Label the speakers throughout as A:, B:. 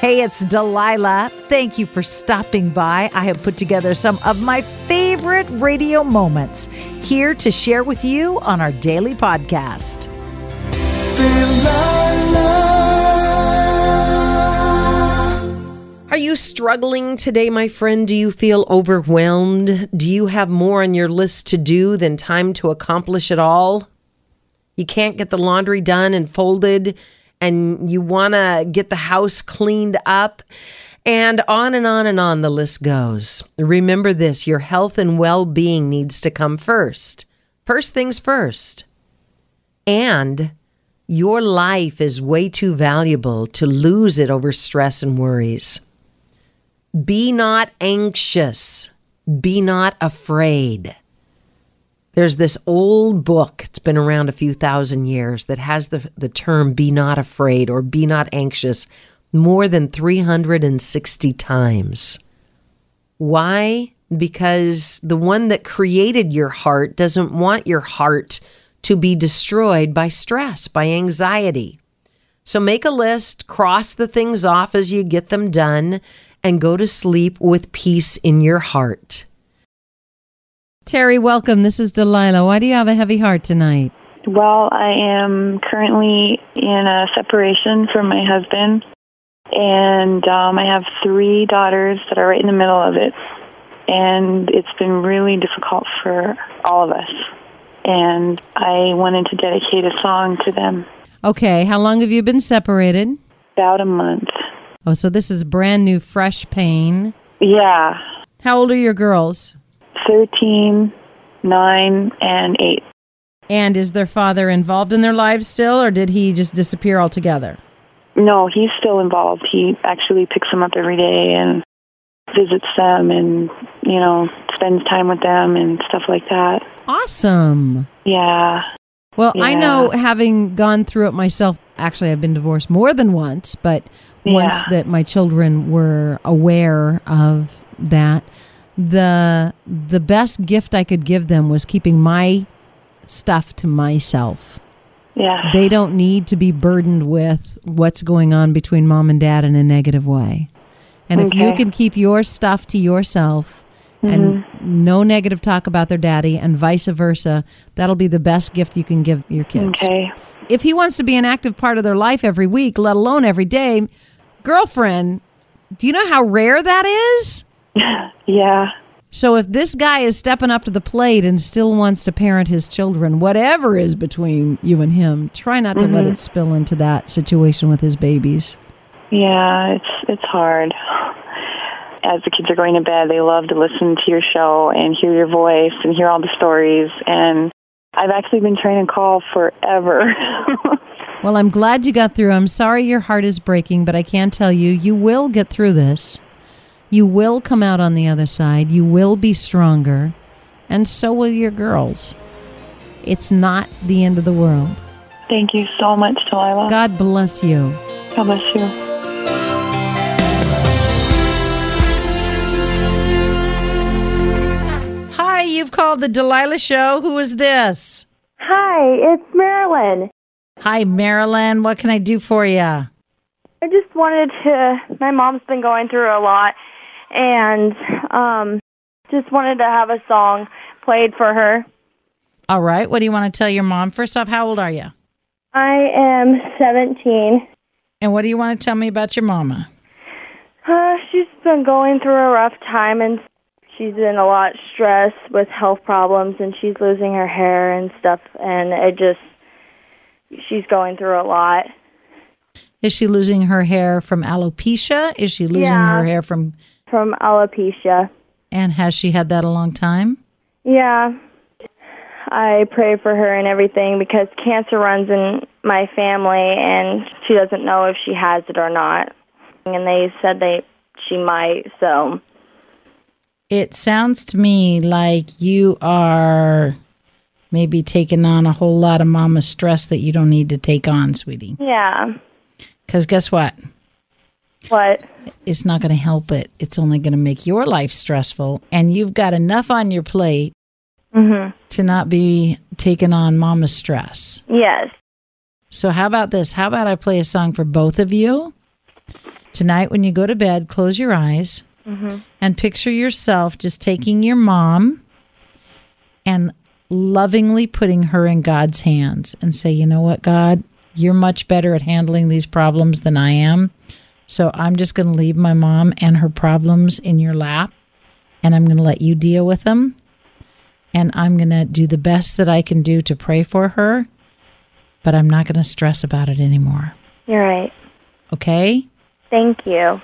A: Hey, it's Delilah. Thank you for stopping by. I have put together some of my favorite radio moments here to share with you on our daily podcast.
B: Are you struggling today, my friend? Do you feel overwhelmed? Do you have more on your list to do than time to accomplish it all? You can't get the laundry done and folded, and you want to get the house cleaned up, and on and on and on the list goes. Remember this your health and well being needs to come first. First things first. And your life is way too valuable to lose it over stress and worries. Be not anxious. Be not afraid. There's this old book, it's been around a few thousand years, that has the, the term be not afraid or be not anxious more than 360 times. Why? Because the one that created your heart doesn't want your heart to be destroyed by stress, by anxiety. So make a list, cross the things off as you get them done, and go to sleep with peace in your heart.
C: Terry, welcome. This is Delilah. Why do you have a heavy heart tonight?
D: Well, I am currently in a separation from my husband, and um, I have three daughters that are right in the middle of it. And it's been really difficult for all of us. And I wanted to dedicate a song to them
C: Okay, how long have you been separated?
D: about a month.
C: Oh, so this is brand new, fresh pain.
D: Yeah,
C: How old are your girls?
D: thirteen, nine, and 8.
C: And is their father involved in their lives still, or did he just disappear altogether?
D: No, he's still involved. He actually picks them up every day and visits them and, you know, spends time with them and stuff like that.
C: Awesome.
D: Yeah.
C: Well, I know
D: Yeah.
C: having gone through it myself, actually, I've been divorced more than once, but once
D: Yeah.
C: that my children were aware of that, the the best gift I could give them was keeping my stuff to myself.
D: Yeah.
C: They don't need to be burdened with what's going on between mom and dad in a negative way. And if you
D: Okay.
C: can keep your stuff to yourself
D: Mm-hmm.
C: and no negative talk about their daddy and vice versa, that'll be the best gift you can give your kids
D: okay.
C: if he wants to be an active part of their life every week, let alone every day, girlfriend, do you know how rare that is?
D: Yeah.
C: So if this guy is stepping up to the plate and still wants to parent his children, whatever is between you and him, try not to let it spill into that situation with his babies.
D: Yeah, it's it's hard. As the kids are going to bed, they love to listen to your show and hear your voice and hear all the stories and I've actually been trying to call forever.
C: Well, I'm glad you got through. I'm sorry your heart is breaking, but I can tell you, you will get through this. You will come out on the other side. You will be stronger. And so will your girls. It's not the end of the world.
D: Thank you so much, Delilah.
C: God bless you.
D: God bless you.
C: Hi, you've called the Delilah Show. Who is this?
E: Hi, it's Marilyn.
C: Hi, Marilyn. What can I do for you?
E: I just wanted to. My mom's been going through a lot, and um, just wanted to have a song played for her.
C: All right. What do you want to tell your mom? First off, how old are you?
E: I am 17.
C: And what do you want to tell me about your mama?
E: Uh, she's been going through a rough time, and she's in a lot of stress with health problems, and she's losing her hair and stuff. And it just, she's going through a lot.
C: Is she losing her hair from alopecia? Is she losing
E: Yeah.
C: her hair from
E: from alopecia.
C: And has she had that a long time?
E: Yeah. I pray for her and everything because cancer runs in my family and she doesn't know if she has it or not. And they said they she might, so
F: It sounds to me like you are maybe taking on a whole lot of mama stress that you don't need to take on, sweetie.
E: yeah.
F: Because guess what?
E: But
F: It's not going to help it. It's only going to make your life stressful. And you've got enough on your plate
E: Mm-hmm.
F: to not be taking on mama stress.
E: yes.
F: So, how about this? How about I play a song for both of you Tonight, when you go to bed, close your eyes and picture yourself just taking your mom and lovingly putting her in God's hands and say, you know what, God, you're much better at handling these problems than I am. So I'm just going to leave my mom and her problems in your lap and I'm going to let you deal with them. And I'm going to do the best that I can do to pray for her, but I'm not going to stress about it anymore.
E: You're right.
F: Okay?
E: Thank you.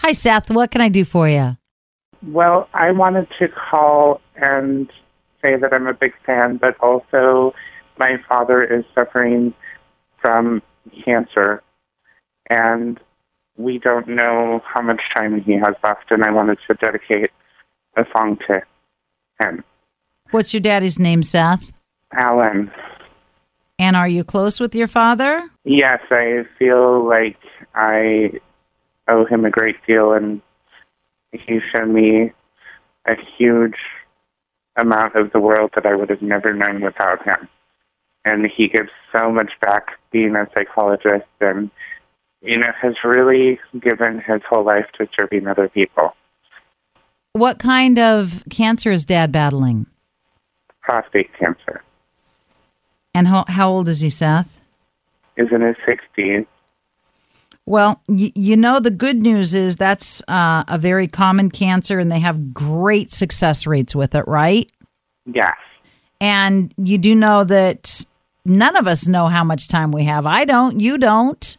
C: Hi, Seth. What can I do for you?
G: Well, I wanted to call and say that I'm a big fan, but also my father is suffering from cancer, and we don't know how much time he has left, and I wanted to dedicate a song to him,
F: What's your daddy's name, Seth?
G: Alan.
F: And are you close with your father?
G: Yes, I feel like I owe him a great deal, and he showed me a huge amount of the world that I would have never known without him. And he gives so much back being a psychologist, and you know has really given his whole life to serving other people.
F: What kind of cancer is dad battling?
G: Prostate cancer
F: And how, how old is he, Seth?
G: is in his 60s.
F: Well, y- you know, the good news is that's uh, a very common cancer and they have great success rates with it, right?
G: Yes,
F: And you do know that none of us know how much time we have. I don't, you don't.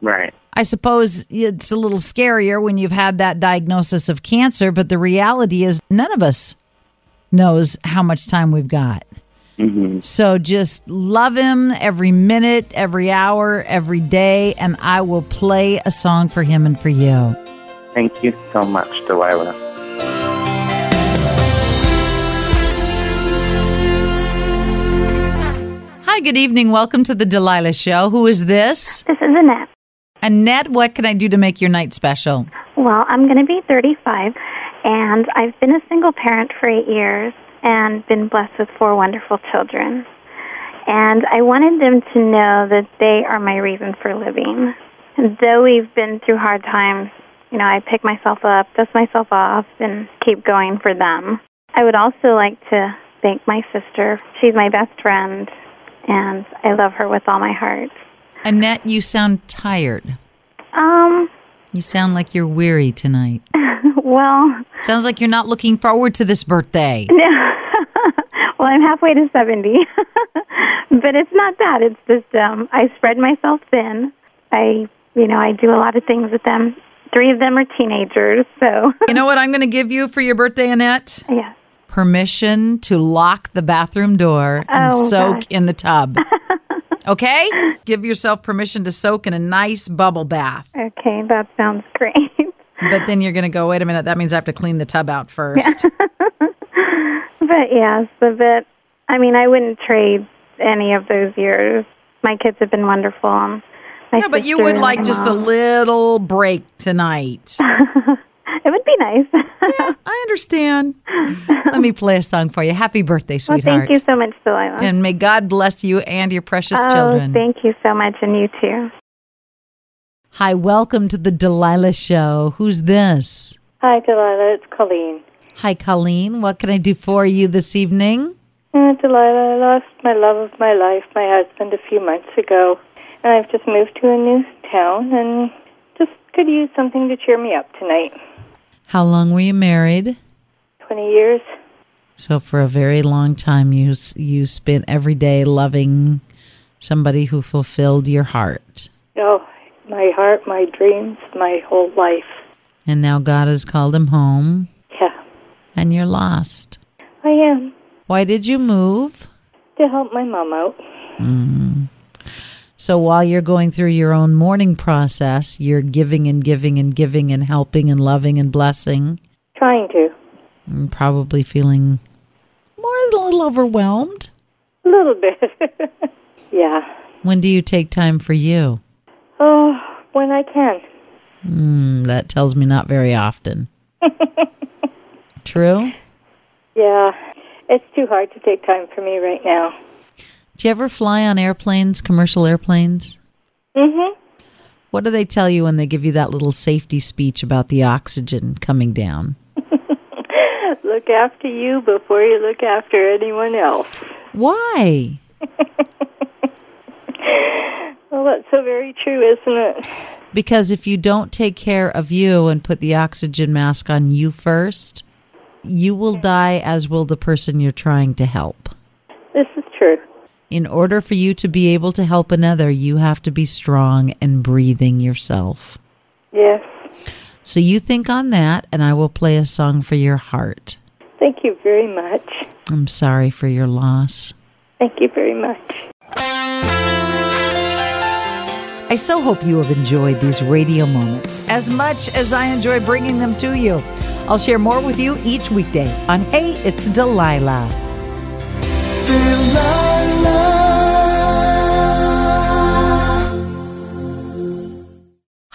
G: right.
F: I suppose it's a little scarier when you've had that diagnosis of cancer, but the reality is none of us knows how much time we've got. So just love him every minute, every hour, every day, and I will play a song for him and for you.
G: Thank you so much, Delilah.
F: Hi, good evening. Welcome to the Delilah Show. Who is this?
H: This is Annette.
F: Annette, what can I do to make your night special?
H: Well, I'm going to be 35, and I've been a single parent for eight years and been blessed with four wonderful children. And I wanted them to know that they are my reason for living. And though we've been through hard times, you know, I pick myself up, dust myself off, and keep going for them. I would also like to thank my sister. She's my best friend, and I love her with all my heart.
C: Annette, you sound tired.
H: Um,
C: You sound like you're weary tonight.
H: well,
C: Sounds like you're not looking forward to this birthday.
H: well, I'm halfway to 70. but it's not that. It's just um, I spread myself thin. I, you know, I do a lot of things with them. Three of them are teenagers, so
C: You know what I'm going to give you for your birthday, Annette?
H: yeah.
C: Permission to lock the bathroom door and
H: Oh,
C: soak
H: gosh.
C: in the tub. Okay? Give yourself permission to soak in a nice bubble bath.
H: Okay, that sounds great.
C: But then you're going to go, wait a minute, that means I have to clean the tub out first.
H: but yes, but, but I mean, I wouldn't trade any of those years. My kids have been wonderful. Um, My
C: Yeah, but you
H: sister
C: would
H: and
C: like
H: my
C: just a
H: mom.
C: little break tonight.
H: It would be nice.
C: Yeah, I understand. Let me play a song for you. Happy birthday,
H: well,
C: sweetheart.
H: thank you so much, Delilah.
C: And may God bless you and your precious
H: oh,
C: children.
H: thank you so much, and you too.
C: Hi, welcome to the Delilah Show. Who's this?
I: Hi, Delilah. It's Colleen.
C: Hi, Colleen. What can I do for you this evening?
I: Uh, Delilah, I lost my love of my life, my husband, a few months ago, and I've just moved to a new town and just could use something to cheer me up tonight.
C: How long were you married?
I: 20 years.
C: So for a very long time, you s- you spent every day loving somebody who fulfilled your heart,
I: Oh, my heart, my dreams, my whole life.
C: and now God has called him home,
I: Yeah,
C: and you're lost.
I: I am.
C: Why did you move?
I: To help my mom out.
C: So while you're going through your own mourning process, you're giving and giving and giving and helping and loving and blessing,
I: Trying to.
C: and probably feeling more than a little overwhelmed.
I: A little bit. yeah.
C: When do you take time for you?
I: Oh, when I can.
C: Mm, that tells me not very often. True?
I: Yeah. It's too hard to take time for me right now.
F: Do you ever fly on airplanes, commercial airplanes?
I: Mhm.
F: What do they tell you when they give you that little safety speech about the oxygen coming down?
I: look after you before you look after anyone else.
F: Why?
I: Well, that's so very true, isn't it?
F: Because if you don't take care of you and put the oxygen mask on you first, you will die, as will the person you're trying to help.
I: This is true.
F: In order for you to be able to help another, you have to be strong and breathing yourself.
I: Yes.
F: So you think on that, and I will play a song for your heart.
I: Thank you very much.
F: I'm sorry for your loss.
I: Thank you very much.
A: I so hope you have enjoyed these radio moments as much as I enjoy bringing them to you. I'll share more with you each weekday on Hey, It's Delilah.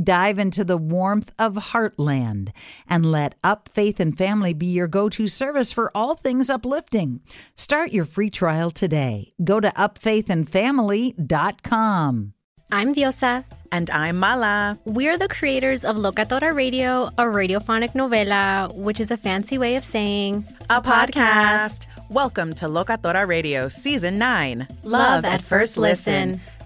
A: Dive into the warmth of Heartland and let Up Faith and Family be your go to service for all things uplifting. Start your free trial today. Go to upfaithandfamily.com.
J: I'm Diosa. And I'm Mala. We are the creators of Locatora Radio, a radiophonic novela, which is a fancy way of saying
K: a podcast. Welcome to Locatora Radio Season 9
J: Love at First Listen.